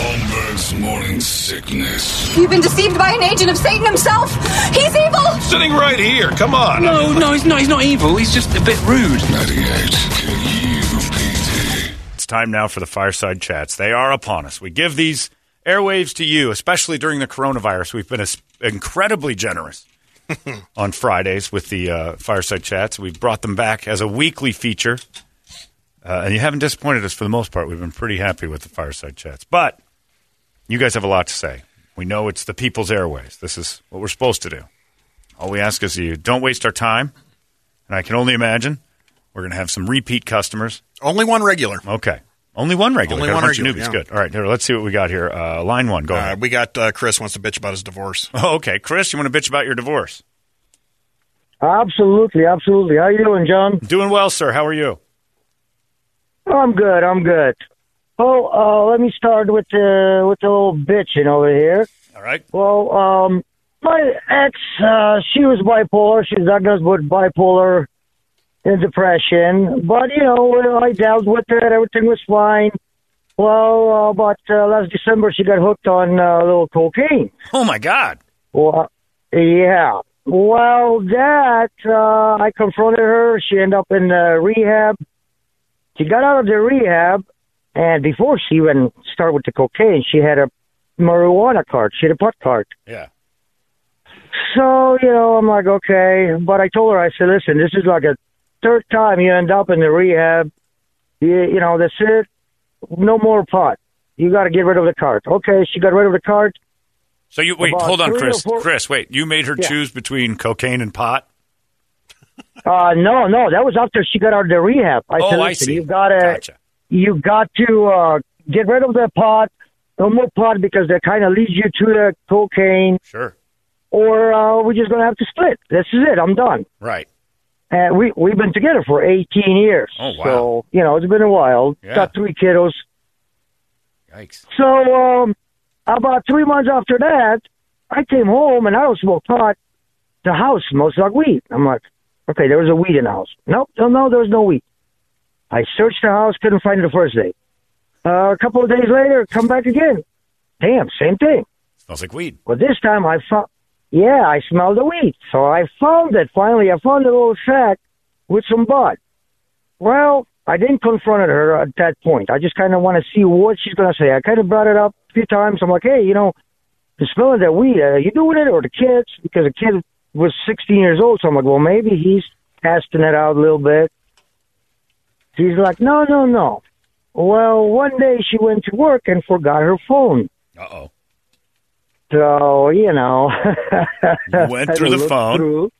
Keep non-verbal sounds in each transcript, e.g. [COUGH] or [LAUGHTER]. Holmberg's morning sickness. You've been deceived by an agent of Satan himself. He's evil. Sitting right here, come on. No, Oh, no, he's not. He's not evil. He's just a bit rude. 98 KUPD. It's time now for the fireside chats. They are upon us. We give these airwaves to you, especially during the coronavirus. We've been as- incredibly generous on Fridays with the uh, fireside chats. We've brought them back as a weekly feature, uh, and you haven't disappointed us for the most part. We've been pretty happy with the fireside chats, but you guys have a lot to say. We know it's the people's airways. This is what we're supposed to do. All we ask is you don't waste our time, and I can only imagine we're going to have some repeat customers. Only one regular. Okay. Only one regular. Only Got a one bunch of newbies. regular, yeah. Good. All right. Here, let's see what we got here. Uh, line one. Go Uh, ahead. we got uh, Chris wants to bitch about his divorce. Oh, okay. Chris, you want to bitch about your divorce? Absolutely, absolutely. How you doing, John? Doing well, sir. How are you? I'm good. I'm good. Oh, uh, let me start with uh, with the little bitching over here. All right. Well, um, my ex, uh, she was bipolar. She's diagnosed with bipolar and depression. But you know, I dealt with it. Everything was fine. Well, uh, but uh, last December she got hooked on uh, a little cocaine. Oh, my God. Well, yeah. Well, that uh, I confronted her. She ended up in uh, rehab. She got out of the rehab, and before she even started with the cocaine, she had a marijuana card. She had a pot card. Yeah. So you know, I'm like, okay. But I told her, I said, listen, this is like a third time you end up in the rehab. You, you know, that's it. No more pot. You got to get rid of the card. Okay, she got rid of the card. So you wait. About hold on, three or Chris. four- Chris, wait. You made her Yeah. choose between cocaine and pot. Uh, no, no, that was after she got out of the rehab. I said, oh, I "Listen, see. You gotta, Gotcha. you got to uh, get rid of the pot. No more pot because that kind of leads you to the cocaine, Sure. or uh, we're just gonna have to split. This is it. I'm done. Right. And we we've been together for 18 years. Oh, wow. So you know it's been a while. Yeah. Got three kiddos. Yikes. So um, about three months after that, I came home and I don't smoke pot. The house smells like weed. I'm like, okay, there was a weed in the house. Nope, no, no, there was no weed. I searched the house, couldn't find it the first day. Uh, a couple of days later, come back again. Damn, same thing. Smells like weed. Well, this time I found, yeah, I smelled the weed. So I found it finally. I found a little sack with some bud. Well, I didn't confront her at that point. I just kind of want to see what she's going to say. I kind of brought it up a few times. I'm like, hey, you know, the smell of that weed, uh, you doing it or the kids? Because the kid was 16 years old. So I'm like, well, maybe he's testing it out a little bit. She's like, no, no, no. Well, one day she went to work and forgot her phone. Uh oh. So, you know. [LAUGHS] Went through the looked phone. through.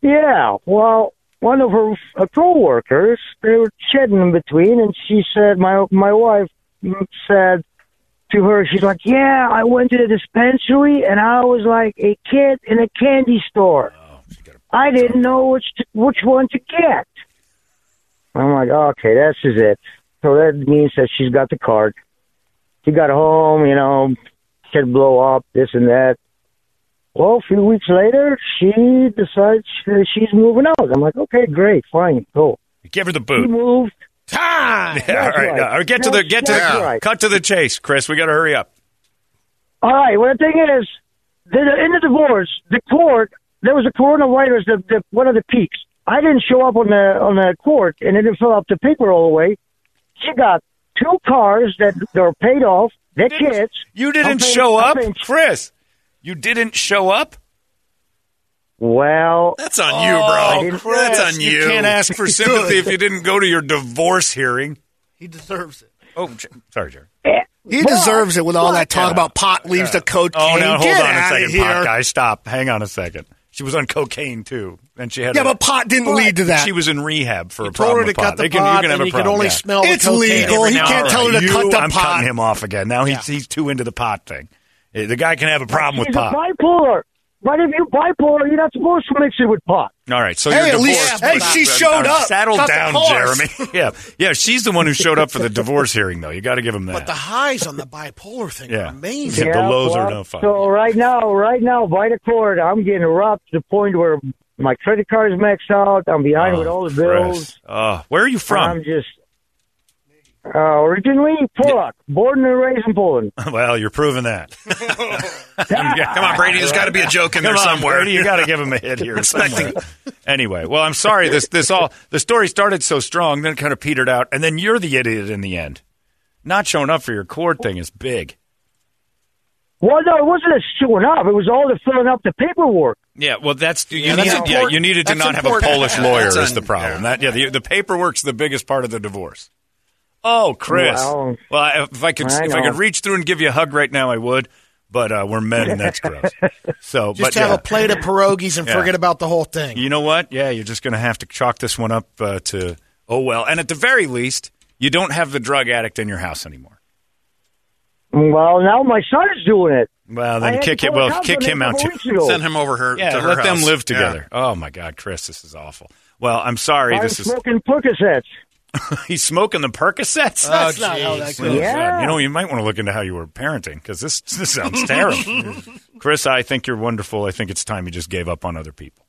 Yeah. Well, one of her uh, co-workers, they were chatting in between, and she said, my, my wife mm, said to her, she's like, yeah, I went to the dispensary, and I was like a kid in a candy store. I didn't know which, to, which one to get. I'm like, okay, this is it. So that means that she's got the card. She got home, you know, could blow up, this and that. Well, a few weeks later, she decides uh, she's moving out. I'm like, okay, great, fine, cool. Give her the She boot. moved. [LAUGHS] Yeah, all right. right. no, all right, get to the get to That's the right. cut to the chase, Chris. We got to hurry up. All right, well, the thing is, the, the, in the divorce, the court, there was a coronavirus, the, the, one of the peaks. I didn't show up on the on the court and they didn't fill up the paper all the way. She got two cars that are paid off. They're kids. You didn't I'm paying- show I'm up, paying- Chris. You didn't show up. Well, That's on you, bro. Oh, Chris, That's on you. You can't ask for sympathy if you didn't go to your divorce hearing. He deserves it. Oh, J- sorry, Jerry. Eh, He deserves it with all that talk about pot leaves to cocaine. Oh, now hold Get on a outta second, here. pot guy. Stop. Hang on a second. She was on cocaine too, and she had. Yeah, a- but pot didn't lead to that. She was in rehab for a told problem her to with cut pot. the They can- you pot can have and a he could problem, only yeah. smell the It's cocaine legal. every He now and can't then. tell her to You- cut the I'm pot. cutting him off again. Now he's he's too into the pot thing. Eh, Uh, The guy can have a problem with He's pot. a bipolar. But if you're bipolar, you're not supposed to mix it with pot. All right, so Hey, you're at divorced. least- hey, but- she but- showed uh, up. Settle Cut the down, horse. Jeremy. [LAUGHS] yeah, yeah. She's the one who showed up for the divorce hearing, though. You got to give him that. But the highs on the bipolar thing are Yeah. amazing. Yeah. the lows are well, no fun. So right now, right now, by the court, I'm getting robbed to the point where my credit card is maxed out. I'm behind Oh, with all the bills. Chris. Uh, where are you from? I'm just uh, originally Polak, born and raised in Poland. [LAUGHS] well, you're proving [LAUGHS] that. [LAUGHS] Come on, Brady. There's got to be a joke in there Come on, somewhere. Brady, you got to give him a hit [LAUGHS] here somewhere. anyway, well, I'm sorry. This this all the story started so strong, then it kind of petered out, and then you're the idiot in the end. Not showing up for your court thing is big. Well, no, it wasn't a showing up. It was all the filling up the paperwork. Yeah, well, that's you that's needed. Yeah, important. you needed to That's not important. have a Polish lawyer That's is the un- problem. That yeah, the, the paperwork's the biggest part of the divorce. Oh, Chris. Well, well, I- if I could, I if I know. could reach through and give you a hug right now, I would. But uh, we're men, and [LAUGHS] that's gross. So, Just but have yeah. a plate of pierogies and Yeah. forget about the whole thing. You know what? Yeah, you're just going to have to chalk this one up uh, to oh well. And at the very least, you don't have the drug addict in your house anymore. Well, now my son is doing it. Well, I then had kick to it. call a Well, cop kick on it him a out couple too. weeks ago. Send him over her. Yeah, to her let them house. live Yeah. together. Oh my God, Chris, this is awful. Well, I'm sorry. I'm this is smoking Percocets. he's smoking the Percocets. That's not how that goes. Yeah. You know, you might want to look into how you were parenting because this this sounds terrible. Chris, I think you're wonderful. I think it's time you just gave up on other people.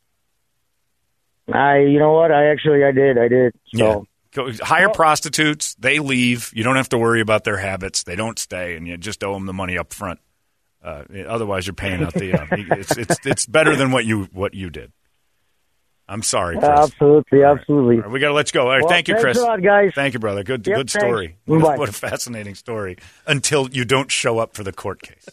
I, you know what? I actually, I did, I did. So. Go, hire prostitutes. They leave. You don't have to worry about their habits. They don't stay, and you just owe them the money up front. Uh, otherwise, you're paying out the. Uh, it's, it's it's better than what you what you did. I'm sorry, Chris. Absolutely, absolutely. All right, we got to let you go. All right, Well, thank you, thanks Chris. a lot, guys. Thank you, brother. Good Yep, good thanks. story. Bye. What a fascinating story. Until you don't show up for the court case.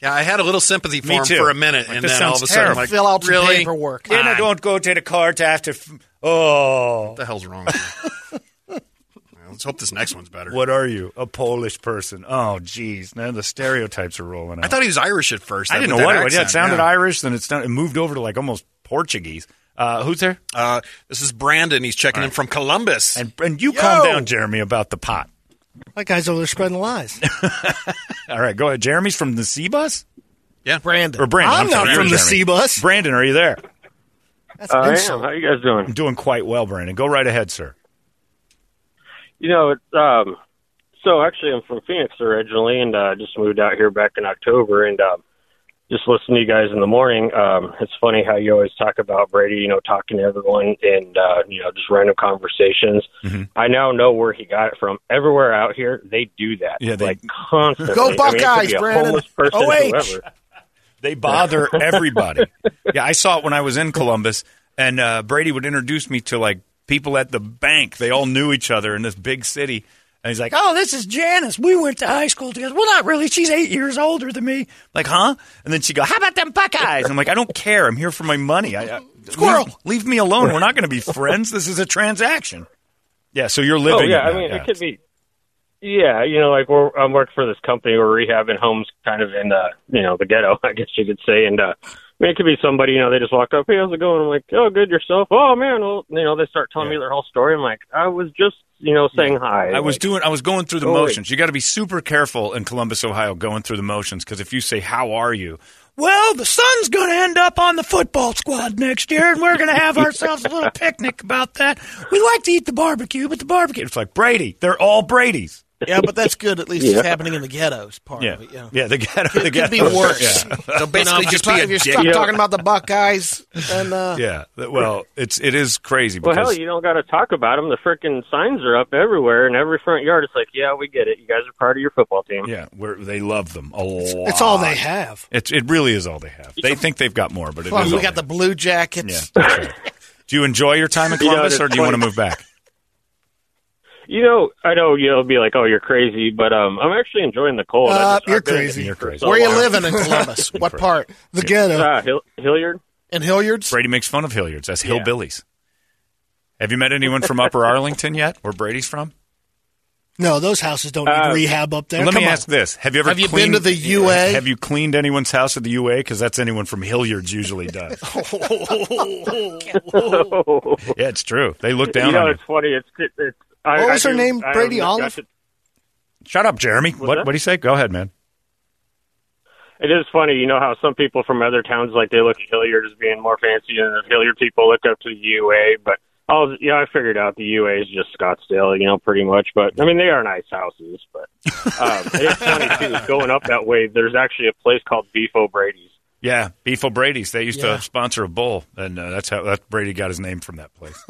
Yeah, I had a little sympathy for Me him too. for a minute, Like, and this then all sounds of a sudden, terrible. like, Fill out some really? paperwork. What Then I don't go to the court after. F- oh, the hell's wrong? with you? Well, Let's hope this next one's better. what are you? A Polish person? Oh, geez. Now the stereotypes are rolling out. I thought he was Irish at first. I that- didn't with know that what it was. Yeah, it accent, sounded yeah. Irish, then it, sound, it moved over to like almost Portuguese. Uh, who's there? Uh, this is Brandon. He's checking in from Columbus. And, and you calm down, Jeremy, about the pot. That guy's over there spreading lies. [LAUGHS] All right, go ahead. Jeremy's from the C bus yeah, Brandon. or Brandon? I'm, not sorry, from the Jeremy. C bus. Brandon, are you there? That's an insult. How you guys doing? I'm doing quite well, Brandon. Go right ahead, sir. You know, it's um. So actually, I'm from Phoenix originally, and uh, just moved out here back in October, and um, just listen to you guys in the morning. Um, it's funny how you always talk about Brady, you know, talking to everyone and uh, you know just random conversations. Mm-hmm. I now know where he got it from. Everywhere out here, they do that. Yeah, they- like constantly. Go I mean, it could be Buckeyes, a Brandon. homeless person, OH. whoever. They bother everybody. yeah, I saw it when I was in Columbus, and uh, Brady would introduce me to like people at the bank. They all knew each other in this big city. And he's like, "Oh, this is Janice. We went to high school together. Well, not really. She's eight years older than me." Like, huh? And then she go, "How about them Buckeyes?" I'm like, "I don't care. I'm here for my money. I, I, Squirrel. leave, leave me alone. We're not going to be friends. This is a transaction." Yeah. So you're Oh living. yeah, it I now, mean yeah. it could be. Yeah, you know, like we're, I'm working for this company. We're rehabbing homes, kind of in the you know the ghetto, [LAUGHS] I guess you could say. And uh, I mean, it could be somebody you know they just walk up, hey, how's it going? I'm like, oh, good yourself. Oh man, well, you know, they start telling me their whole story. I'm like, I was just you know saying hi. I was Like, doing. I was going through the Oh, wait. motions. You got to be super careful in Columbus, Ohio, going through the motions because if you say "How are you," well, the son's going to end up on the football squad next year, and we're going [LAUGHS] to have ourselves a little picnic about that. We like to eat the barbecue, but the barbecue. It's like Brady. They're all Brady's. Yeah, but that's good. At least it's happening in the ghettos part Yeah, of it. Yeah. yeah. The ghetto. the It could be ghetto- worse. [LAUGHS] So basically, if just you're, be ta- a if you're dick. stuck talking about the Buckeyes, then uh, Yeah. yeah. Well, it's it is crazy. Well, Because hell, you don't got to talk about them. The freaking signs are up everywhere in every front yard. It's like, yeah, we get it. You guys are part of your football team. yeah, where they love them a lot. it's all they have. It's it really is all they have. They think they've got more, but it is. Plus, all we they got the have. Blue Yeah. Jackets. that's right. Do you enjoy your time in You know, Columbus, it's or do you want to funny. move back? You know, I know you'll be like, "Oh, you're crazy," but um, I'm actually enjoying the cold. I Uh, just- I've [LAUGHS] you're been in crazy. it You're for crazy. so Where you long. living in [LAUGHS] Columbus? what part? The ghetto. Uh, Hill- Hilliard. And Hilliards? Brady makes fun of Hilliards. That's hillbillies. Have you met anyone from Upper Arlington yet, where Brady's from? No, those houses don't need Uh, rehab up there. Let Come me on. ask this: Have you ever Have you cleaned, been to the UA? [LAUGHS] Have you cleaned anyone's house at the UA? Because that's anyone from Hilliards [LAUGHS] usually does. Oh. yeah, it's true. They look down you know, on it's funny. It's, it's I, What I was her do- name? I Brady got Olive? to- you. Shut up, Jeremy. What that? what do you say? Go ahead, man. It is funny, you know how some people from other towns like they look at Hilliard as being more fancy, and the Hilliard people look up to the UA. But I was, yeah, I figured out the UA is just Scottsdale, you know, pretty much. But I mean, they are nice houses. [LAUGHS] But um, it's funny too, going up that way. There's actually a place called Beef O'Brady's. Yeah, Beef O'Brady's. They used Yeah. to sponsor a bull, and uh, that's how that Brady got his name from [LAUGHS] that place.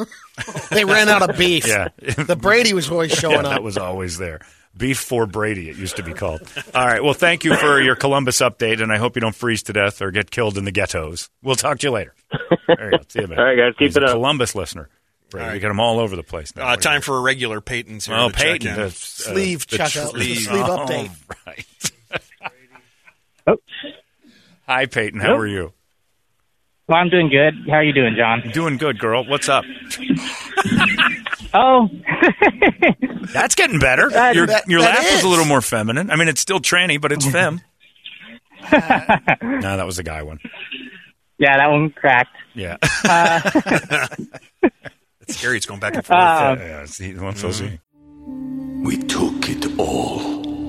They ran out of beef. Yeah. The Brady was [LAUGHS] always showing Yeah, up. That was always there. Beef for Brady, it used to be called. All right. Well, thank you for your Columbus update, and I hope you don't freeze to death or get killed in the ghettos. We'll talk to you later. There you go. See you, man. All right, guys, keep He's it a up. Columbus listener. Brady. All right. We got them all over the place now. Uh, time for a regular Peyton's here. Oh, to check Peyton, in. the, uh, Sleeve the check out. sleeve. The sleeve Oh, [LAUGHS] update. Right. Hi, Peyton. How Oh. Hello. are you? Well, I'm doing good. How are you doing, John? Doing good, girl. What's up? [LAUGHS] Oh, [LAUGHS] That's getting better. That- your that- your that laugh was is. a little more feminine. I mean, it's still tranny, but it's [LAUGHS] fem. no, that was the guy one. yeah, that one cracked. Yeah. [LAUGHS] Uh, It's scary. It's going back and forth. Uh, Mm-hmm. yeah, yeah, it's the one feels you. We took it all.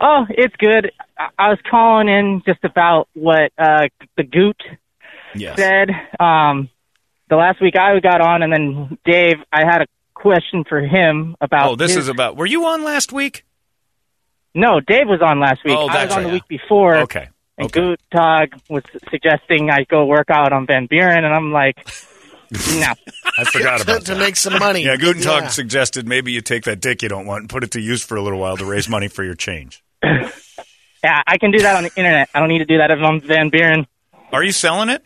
oh, it's good. I, I was calling in just about what uh, the Goot Yes. said um, the last week I got on, and then Dave, I had a question for him about. Oh, this his- is about. Were you on last week? No, Dave was on last week. Oh, I that's was on right. the week before. Okay. And Goot Tog was suggesting I go work out on Van Buren, and I'm like, no. I [LAUGHS] forgot about To- to that. make some money. [LAUGHS] Yeah, Gutentag Yeah. suggested maybe you take that dick you don't want and put it to use for a little while to raise money for your change. Yeah, I can do that on the internet. I don't need to do that if I'm Van Buren. Are you selling it?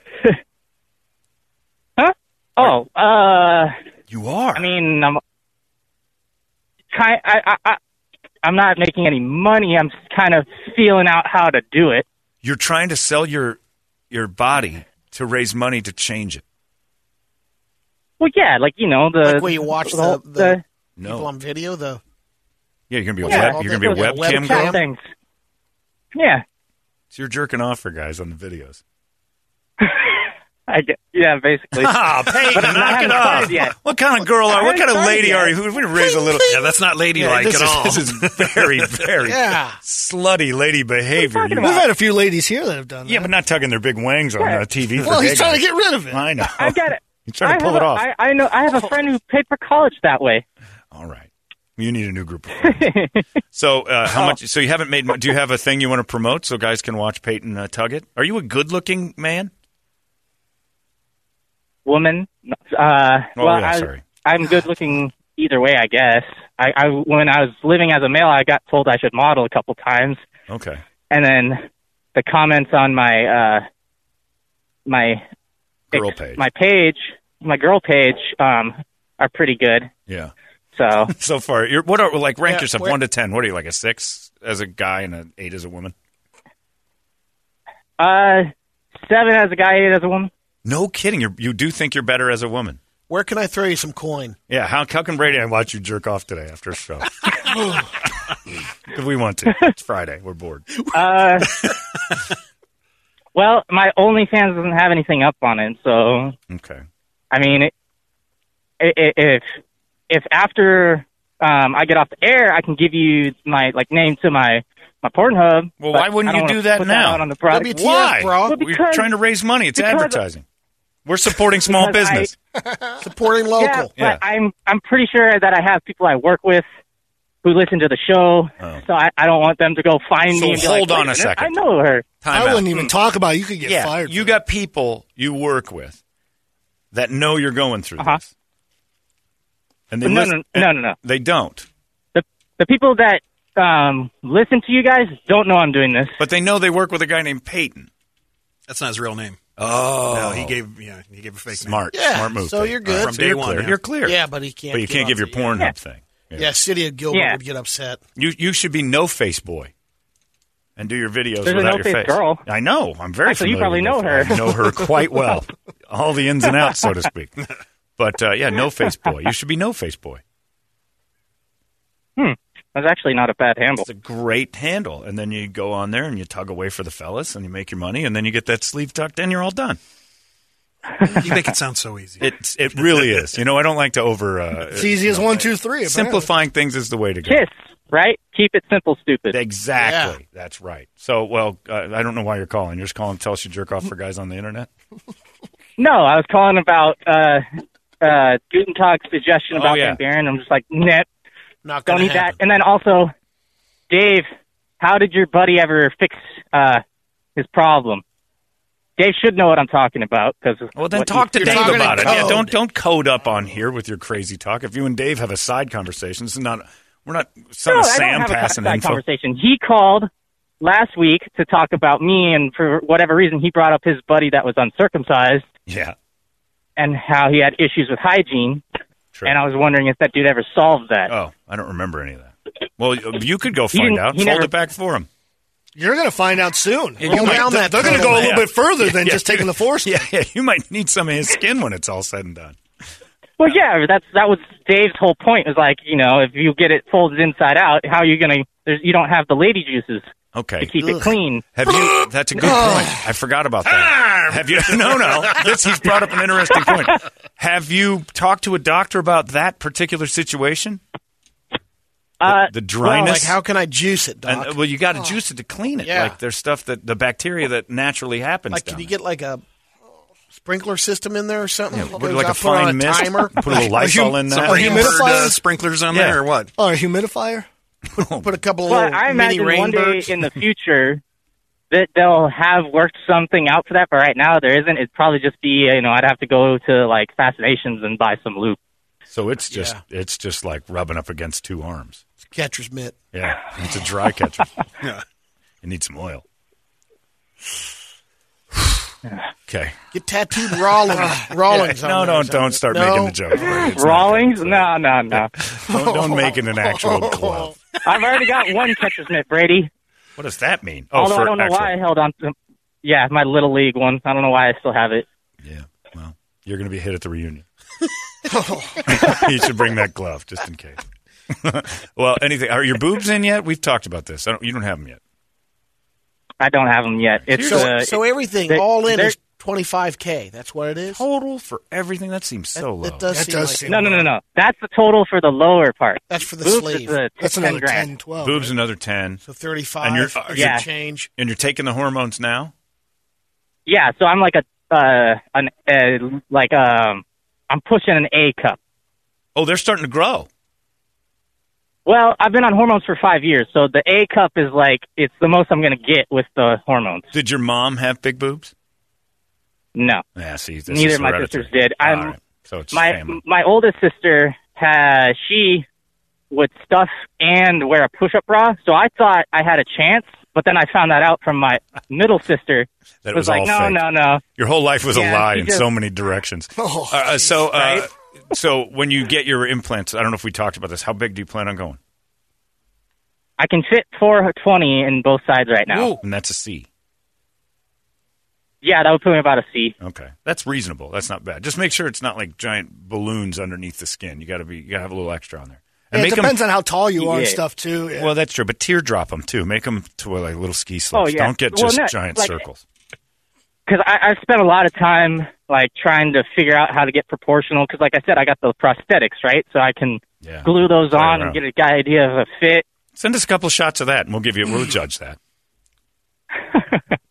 huh? Oh, uh, you are. I mean, I'm kind. I, I, I, I'm not making any money. I'm just kind of feeling out how to do it. You're trying to sell your your body to raise money to change it. Well, yeah, like you know the Like where you watch the whole- the, the No. people on video, the Yeah, you're gonna be a Yeah. web, you're gonna be a Yeah, webcam webcam. girl. Things. Yeah, So you're jerking off for guys on the videos. [LAUGHS] I get, yeah, [LAUGHS] basically. Ah, Peyton, But I'm knock not it having off. fun yet. What kind of girl I are? What haven't kind of started lady yet. are you? We raise a little. Yeah, that's not ladylike this at is- all. This is [LAUGHS] very, very Yeah. slutty lady behavior. We've had a few ladies here that have done Yeah, but not tugging their big wangs on Yeah. uh, TV. for Well, he's gay trying to guys. get rid of it. I know. I got it. He's trying to I pull have it a- off. I, I know. I have a friend who paid for college that way. All right. You need a new group. Of [LAUGHS] friends. so uh, Oh. how much? So you haven't made. mu- Do you have a thing you want to promote so guys can watch Peyton uh, tug it? Are you a good-looking man? Woman. Uh, Oh, well, yeah, I, sorry. I'm good looking either way, I guess. I, I when I was living as a male, I got told I should model a couple times, Okay. and then the comments on my uh, my Girl page. my page, my girl page, um, are pretty good. Yeah. So [LAUGHS] so far, you're, what are like rank Yeah, yourself where- one to ten? What are you like a six as a guy and an eight as a woman? Uh, seven as a guy, eight as a woman. No kidding. You're, you do think you're better as a woman. where can I throw you some coin? Yeah. How, how can Brady and I watch you jerk off today after [LAUGHS] a show? [LAUGHS] if we want to. It's Friday. We're bored. [LAUGHS] Uh, well, my OnlyFans doesn't have anything up on it, so Okay. I mean, it, i i if if after um, I get off the air, I can give you my like name to my my Pornhub. Well, but why I wouldn't you don't wanna do that put now? out on the product. Why? Well, We're because- trying to raise money. It's because- advertising. We're supporting small Because I- business. Supporting local. Yeah, but I'm I'm pretty sure that I have people I work with who listen to the show, so I, I don't want them to go find Oh. So me. And be hold on like, "Wait a minute, second. I know her. Time I out. wouldn't even talk about it. You could get yeah, fired. You got people you work with that know you're going through this. And they But no, listen- no, no, no, no. They don't. The the people that um, listen to you guys don't know I'm doing this. But they know they work with a guy named Peyton. That's not his real name. Oh. no, he gave yeah, he gave a fake Smart, name. Yeah, smart move. so Peyton. you're good. From So day you're one, clear. you're clear. Yeah, but he can't But you give can't up give your the- Pornhub Yeah. thing. Yeah, City of Gilbert Yeah. would get upset. You you should be no face boy, and do your videos There's a without no-face your face. girl. I know. I'm very. Actually, you familiar probably with know her. I know her [LAUGHS] quite well, all the ins and outs, so to speak. But uh, yeah, no face boy. You should be no face boy. Hmm, that's actually not a bad handle. It's a great handle, and then you go on there and you tug away for the fellas, and you make your money, and then you get that sleeve tucked in. You're all done. You make it sound so easy. It's it really is. You know, I don't like to over. Uh, It's easy as one, two, three. apparently. Simplifying things is the way to go. Kiss, right? Keep it simple, [LAUGHS] stupid. Exactly. That's right. So, well, uh, I don't know why you're calling. You're just calling to tell us you jerk off for guys on the internet. No, I was calling about uh, uh, Guten Tag suggestion Oh, about yeah. Van Baron. I'm just like, net. Not Don't gonna need happen. that. And then also, Dave, how did your buddy ever fix uh, his problem? Dave should know what I'm talking about because Well, then talk to Dave about it. Yeah, don't don't code up on here with your crazy talk. If you and Dave have a side conversation, this is not we're not some no, of I don't Sam have passing a con- side info. conversation. He called last week to talk about me, and for whatever reason, he brought up his buddy that was uncircumcised Yeah, and how he had issues with hygiene. True. And I was wondering if that dude ever solved that. Oh, I don't remember any of that. Well, you could go He find didn't- out. he Fold never- it back for him. [LAUGHS] You're going to find out soon. Yeah, Well, you might- they're- they're going to go a little bit further than Yeah, just taking the force. Yeah, yeah, you might need some of his skin when it's all said and done. Well, yeah, that's that was Dave's whole point. Was like, you know, if you get it folded inside out, how are you gonna? There's, you don't have the lady juices Okay. to keep Ugh. it clean. Have you? That's a good point. I forgot about that. Have you? No, no. This he's brought up an interesting point. Have you talked to a doctor about that particular situation? Uh, The dryness. Like, how can I juice it, And, Doc? Oh. well, you got to juice it to clean it. Yeah. Like there's stuff that the bacteria that naturally happens. like, down can you there. get like a sprinkler system in there or something? Yeah, put Goes like a out, put on fine mist, Timer. [LAUGHS] put a little Lysol in Some there. humid humidifier? uh, sprinklers on Yeah. there or what? Oh, a humidifier. Put, put a couple of But little I mini imagine one day rainbirds. [LAUGHS] in the future that they'll have worked something out for that. But right now there isn't. It'd probably just be, you know, I'd have to go to like Fascinations and buy some lube. So it's just it's just like rubbing up against two arms. catcher's mitt. Yeah, it's a dry [LAUGHS] catcher. Yeah. You need some [SIGHS] oil. okay. Get tattooed Rollins. Rollins. [LAUGHS] Yeah, no, on no, there. don't start No. making the joke. It's not- Rawlings? No, [LAUGHS] no, no. Don't, don't make it an [LAUGHS] actual Oh. glove. I've already got one catcher's mitt, Brady. What does that mean? Although I Oh, for don't know actual- why I held on to. Yeah, my little league one. I don't know why I still have it. You're going to be hit at [LAUGHS] the reunion. [LAUGHS] you should bring that glove just in case. [LAUGHS] well, anything. Are your boobs in yet? We've talked about this. I don't, you don't have them yet. I don't have them yet. It's So, uh, so everything they- all in they're- is twenty five k. That's what it is. Total for everything. That seems so low. That does seem like no, no, no, no. That's the total for the lower part. That's for the Boobs sleeve. is, uh, That's 10 another grand. 10, 12. boobs another ten. So thirty And you're- five. are you- change. And you're taking the hormones now. Yeah, so I'm like a uh, an uh, like um, I'm pushing an A cup. Oh, they're starting to grow. Well, I've been on hormones for five years, so the A cup is like it's the most I'm gonna get with the hormones. Did your mom have big boobs? No, Yeah. See, this neither is of my hereditary. sisters did. I'm All right. So it's my family. my oldest sister has she would stuff and wear a push up bra, so I thought I had a chance, but then I found that out [LAUGHS] from my middle sister. That it was was like, all no, fake. no, no. Your whole life was a Yeah, lie he in just- so many directions. Uh, uh, so, uh, Right? so when you get your implants, I don't know if we talked about this. How big do you plan on going? I can fit 420 in both sides right now. And that's a C. Yeah, that would put me about a C. Okay, that's reasonable. That's not bad. Just make sure it's not like giant balloons underneath the skin. You got to be, you got to have a little extra on there. Yeah, it make 'em- depends on how tall you are and Yeah. stuff too. Yeah. Well, that's true, but teardrop them too. Make them to uh, like little ski slopes. Oh, yeah. Don't get Well, just no, giant like- circles. Because I, I've spent a lot of time like trying to figure out how to get proportional. Because like I said, I got the prosthetics right, so I can eh, glue those Play on around. and get a guy idea of a fit. [LAUGHS] Send us a couple shots of that, and we'll give you. We'll judge that.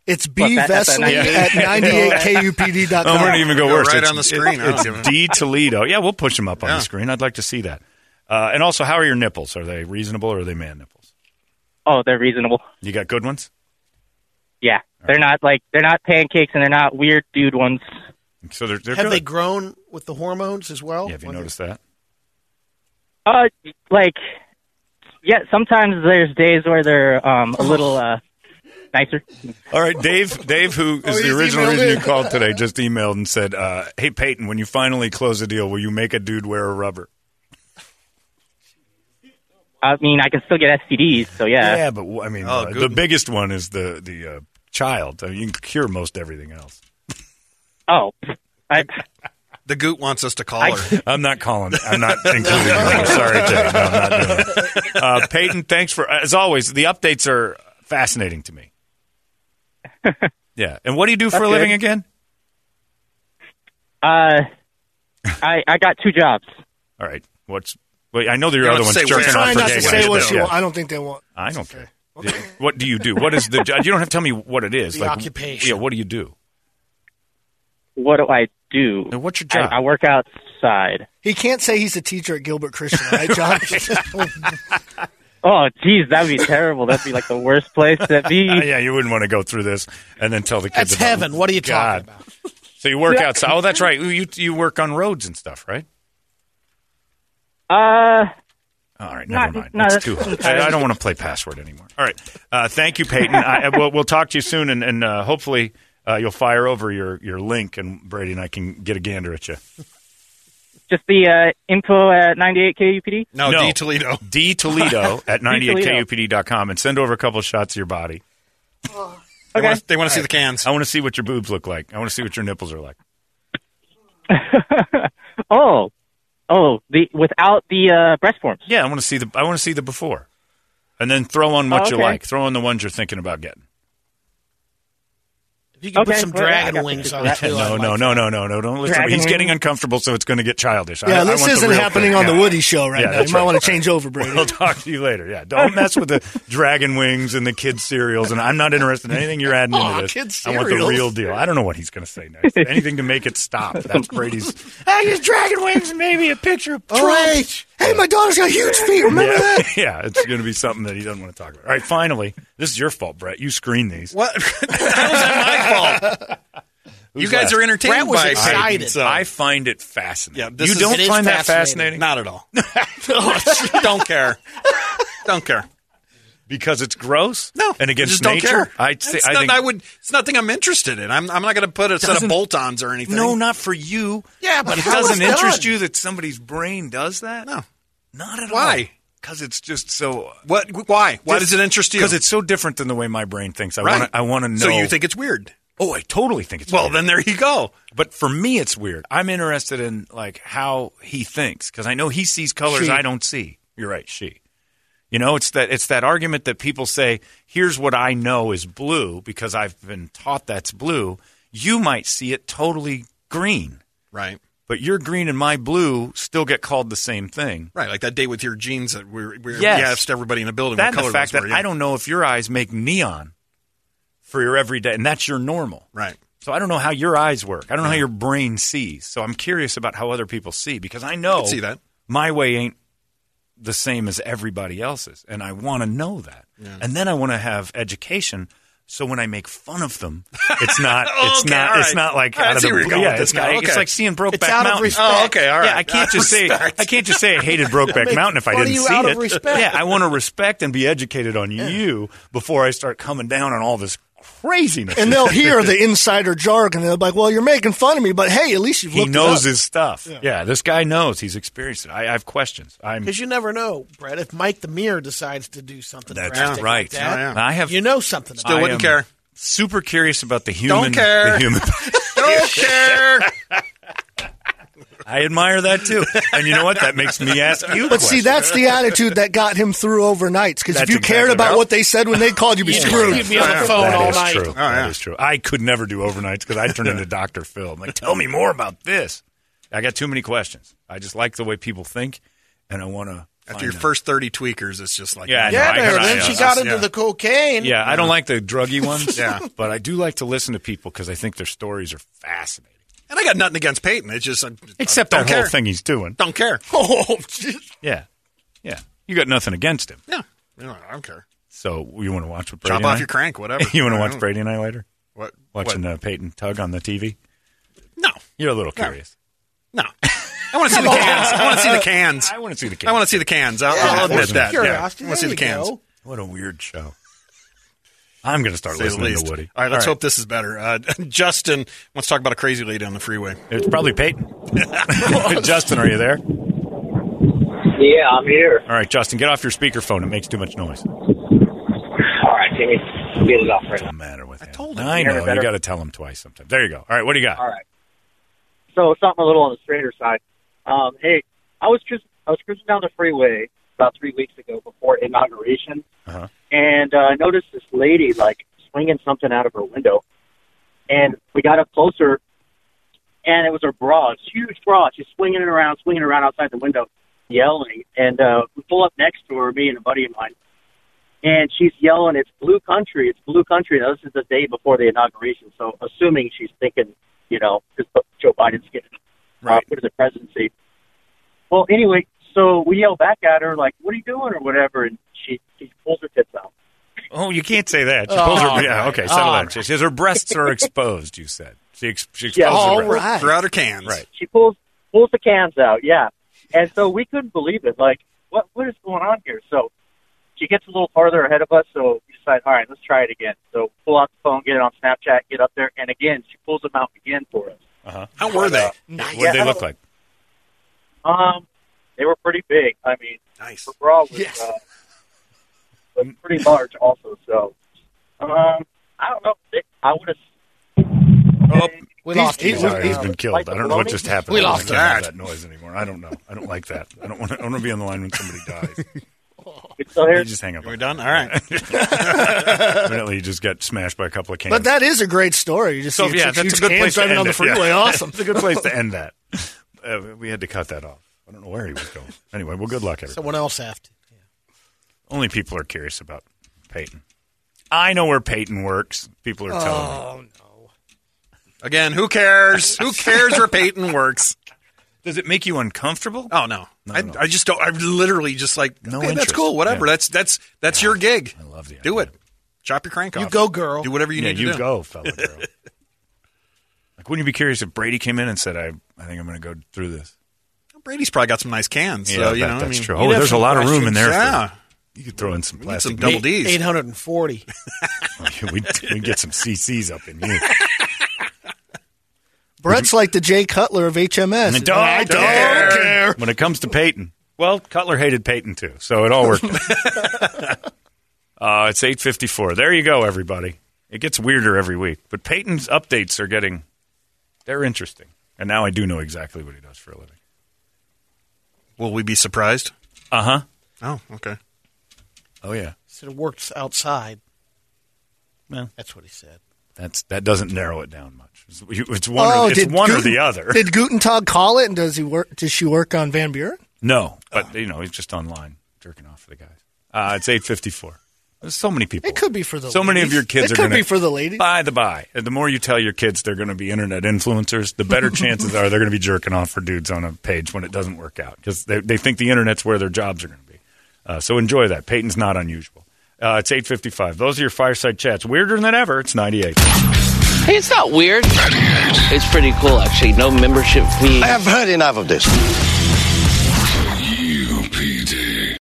It's B What, that- that's a Vesely at [LAUGHS] 98kupd.com. I'm going to Oh, even go Go worse. right It's- on the screen. I don't It's give a- D Toledo. Yeah, we'll push them up on Yeah. the screen. I'd like to see that. Uh, and also, how are your nipples? Are they reasonable or are they man nipples? Oh, they're reasonable. You got good ones? Yeah, they're not like they're not pancakes and they're not weird dude ones. So they're, they're Have they grown with the hormones as well? have you noticed that? Uh, like, yeah. Sometimes there's days where they're um a little uh nicer. All right, Dave. Dave, who is the original emailed reason in. you called today, just emailed and said, uh, "Hey Peyton, when you finally close a deal, will you make a dude wear a rubber?" I mean, I can still get STDs, so yeah. Oh, Yeah, but wh- I mean, uh, the biggest one is the the uh, child. I mean, you can cure most everything else. Oh, I, the goot wants us to call her. I'm not calling. I'm [LAUGHS] not including. her. Sorry, Jay. No, I'm not doing it. Uh, Peyton, thanks for as always. The updates are fascinating [LAUGHS] to me. Yeah, and what do you do for That's a living good. again? Uh, I I got two jobs. All right, what's? Wait, I know that your You other don't one's say jerking where. off Try for not to Dave. Say what Yeah. you want. I don't think they want. I don't care. Yeah. What do you do? What [LAUGHS] is the job? You don't have to tell me what it is. The occupation. Yeah, what do you do? What do I do? what's your job? I, I work outside. He can't say he's a teacher at Gilbert Christian, right, John? Oh, geez, that'd be terrible. That'd be like the worst place to be. [LAUGHS] yeah, you wouldn't want to go through this and then tell the kids. That's about- heaven. What are you God. talking about? So you work outside. Oh, that's right. You you work on roads and stuff, right? Uh, All right, never Not- mind. no, it's that's too hard. entirely- I, I don't want to play password anymore. All right. Uh, thank you, Peyton. I, I- we'll, we'll talk to you soon, and, and uh, hopefully uh, you'll fire over your, your link, and Brady and I can get a gander at you. just the uh, info at 98kupd. Toledo. D [LAUGHS] Toledo at Toledo. 98kupd.com and send over a couple shots of your body. They want to, see the cans. I want to see what your boobs look like. I want to see what your nipples are like. Oh, oh, the without the uh, breast forms. Yeah, I want to see the I want to see the before, and then throw on what Oh, you okay. like. Throw on the ones you're thinking about getting. If you could put Okay, some well, I got dragon some wings on it. dragon too, I'd No, like no, no, no, no, no. Don't listen. to me. Dragon He's getting wings. uncomfortable, so it's going to get childish. I- yeah, I this want the isn't real happening thing. on the Yeah. Woody show right Yeah, now. You that's might right. want to change over, Brady. [LAUGHS] We'll talk to you later. Yeah, [LAUGHS] don't mess with the dragon wings and the kids cereals. And I'm not interested in anything you're adding Aw, into this. kids' I want the cereals. real deal. I don't know what he's going to say next. anything to make it stop. That's [LAUGHS] Brady's. I just dragon wings and maybe a picture of All right. Hey, my daughter's got huge feet. Remember yeah, that? [LAUGHS] yeah, it's going to be something that he doesn't want to talk about. All right, finally, this is your fault, Brett. You screen these. What? that was my fault. Who's you guys left? are entertained Brett was by excited. Peyton, so- I find it fascinating. Yeah, this you is- don't it is find that fascinating? fascinating. Not at [LAUGHS] all. [LAUGHS] don't care. Don't care. Because it's gross? No, And against I just don't nature? care. I'd say- It's I not- think- I would. It's nothing I'm interested in. I'm, I'm not going to put a set Doesn't- of bolt-ons or anything. No, not for you. Yeah, but it how doesn't is that? interest you that somebody's brain does that? No. Not at all. Why? Because it's just so. What? Why? Why does it interest you? Because it's so different than the way my brain thinks. I Right. want. I want to know. So you think it's weird? Oh, I totally think it's. Well, weird. then there you go. But for me, it's weird. I'm interested in like how he thinks because I know he sees colors She. I don't see. You're right. She. You know, it's that it's that argument that people say, "Here's what I know is blue because I've been taught that's blue." You might see it totally green, Right. but your green and my blue still get called the same thing. Right. Like that day with your jeans that we, we, Yes. we asked everybody in the building That what and color the fact those that were, yeah. I don't know if your eyes make neon for your everyday, and that's your normal. Right. So I don't know how your eyes work. I don't know how your brain sees. So I'm curious about how other people see because I know could see that. my way ain't the same as everybody else's, and I want to know that. And then I want to have education. So when I make fun of [LAUGHS] them, it's not. It's Okay, not. all It's right. not like All right, I out of see the where you're blue. going Yeah, with this it's, now. not- it's Okay. like seeing Brokeback It's out of Mountain. respect. Oh, okay, all right. Yeah, I can't Out of just say respect. I can't just say I [LAUGHS] hated Brokeback Making Mountain if I fun of didn't you see out it. of respect. Yeah, I want to respect and be educated on you before I start coming down on all this craziness. And they'll [LAUGHS] hear the insider jargon. They'll be like, well, you're making fun of me, but hey, at least you've he looked knows it his stuff. Yeah. this guy knows. He's experienced it. I, I have questions. I'm. Because you never know, Brett. If Mike the Mirror decides to do something, That's drastic like right. that, Oh, Yeah, yeah. I have- You know something. I about am Super curious about the human. care. The human. don't care. [LAUGHS] I admire that too. And you know what? That makes me ask you. up. But see, that's [LAUGHS] the attitude that got him through overnights. Because if That's you cared exactly about right. what they said when they called, you'd be screwed. That is True. Oh, yeah. That is true. I could never do overnights because I turn into Doctor Phil. I'm like, tell me more about this. I got too many questions. I just like the way people think, and I want to After your first 30 tweakers, it's just like, Yeah, I yeah, know, I there. gotta- Then yeah, she got that's- into the cocaine. Yeah, I don't like the [LAUGHS] druggy ones. Yeah. but I do like to listen to people because I think their stories are fascinating. and I got nothing against Peyton. It's just, I, Except I that don't care. whole thing he's doing. Don't [LAUGHS] care. Oh, Yeah, yeah. You got nothing against him, [LAUGHS] yeah. You know, I don't care. so you want to watch what Brady Chop and off I- your crank, whatever. [LAUGHS] you want to I [LAUGHS] watch don't- Brady and I later? What? Watching Uh, Peyton tug on the TV? No. You're a little curious. No. [LAUGHS] I want to see the cans. I want to see the cans. I want to see the cans. I want to see the cans. I'll, Yeah, I'll admit forcing that. Yeah. I want curiosity. to see There the you cans. go. What a weird show. I'm going to start Say the listening least. to Woody. All right, let's hope this is better. Uh, [LAUGHS] Justin wants to talk about a crazy lady on the freeway. It's probably [LAUGHS] Peyton. Justin, are you there? Yeah, I'm here. All right, Justin, get off your speakerphone. It makes too much noise. All right, Timmy, get it off right now. matter with him. No, I know. You got to tell him twice sometimes. There you go. All right, what do you got? All right. So something a little on the stranger side. Um, hey, I was cruising, I was cruising down the freeway about three weeks ago before inauguration, Uh-huh. and uh, I noticed this lady like swinging something out of her window, and we got up closer, and it was her bra, it's a huge bra. She's swinging it around, swinging it around outside the window, yelling. And uh, we pull up next to her, me and a buddy of mine, and she's yelling, "It's blue country! It's blue country!" Now this is the day before the inauguration, so assuming she's thinking, you know, because Joe Biden's getting uh, Right. put in the presidency. Well, anyway, so we yell back at her like, "What are you doing?" or whatever, and she she pulls her tits out. Oh, you can't say that. She pulls her, Oh, yeah, right. okay, settle Oh, down. She says her breasts are exposed, you said. She, ex- she exposed Yeah. her All breasts. right. Throughout her cans. Right. She pulls pulls the cans out, yeah. And so we couldn't believe it. Like, what what is going on here? So she gets a little farther ahead of us, so we decide, all right, let's try it again. So pull out the phone, get it on Snapchat, get up there, and again she pulls them out again for us. Uh-huh. How were they? What Yeah. did they look like? Um, they were pretty big. I mean, nice. Her bra was, uh, was pretty large, also. So, um, I don't know. They- I would have. We lost Oh. he's, him. he's- he's Uh, been killed. like I don't know what baloney? just happened. We I don't lost like to have that. that noise anymore. I don't know. I don't like that. I don't want to, I don't want to be on the line when somebody dies. still here? You just hang up. We're done? All right. Evidently, you just got smashed by a couple of cans. But that is a great story. You just so see yeah, chicks that's use a good cans place to driving end on the it, freeway. yeah. Awesome. It's a good place [LAUGHS] to end that. Uh, we had to cut that off. I don't know where he was going. Anyway, well, good luck, everybody. Someone else have to. Only people are curious about Peyton. I know where Peyton works. People are Oh. telling me. Again, [LAUGHS] who cares? Who cares where Peyton works? Does it make you uncomfortable? Oh no, I, I just don't. I literally just like no. that's interest. cool. Whatever. Yeah. That's that's that's your gig. I love the Do it. Chop your crank off. You go, girl. Do whatever you yeah, need. you to do. go, fella [LAUGHS] girl. like, wouldn't you be curious if Brady came in and said, "I, I think I'm going to go through this"? Brady's probably got some nice cans. Yeah, so, I you bet know, I that's mean, true. you'd Oh, have there's a some lot of room in questions. there. for- Yeah. you could throw in some We need plastic. some double D's. 840. [LAUGHS] we we get some CCs up in you. [LAUGHS] Brett's like the Jay Cutler of HMS. And I don't care. When it comes to Peyton, well, Cutler hated Peyton too, so it all worked. [LAUGHS] out. uh, it's eight fifty four. There you go, everybody. It gets weirder every week, but Peyton's updates are getting they're interesting, and now I do know exactly what he does for a living. Will we be surprised? Uh huh. Oh, okay. Oh yeah. Said it works outside. Well, that's what he said. That's that doesn't narrow it down much. It's, you- it's one. Oh, or, it's one or Guten- the other. Did Gutentag call it? And does he work? Does she work on Van Buren? no, but you know he's just online jerking off for the guys. Uh, it's eight fifty four. There's so many people. It could be for the. so many of ladies. your kids It are could gonna, be for the ladies. By the by, the more you tell your kids they're going to be internet influencers, [LAUGHS] the better chances are they're going to be jerking off for dudes on a page when it doesn't work out because they, they think the internet's where their jobs are going to be. Uh, so enjoy that. Peyton's not unusual. Uh, it's eight fifty five. Those are your fireside chats. Weirder than ever. It's ninety eight. Hey, it's not weird. It's pretty cool, actually. No membership fee. I have heard enough of this.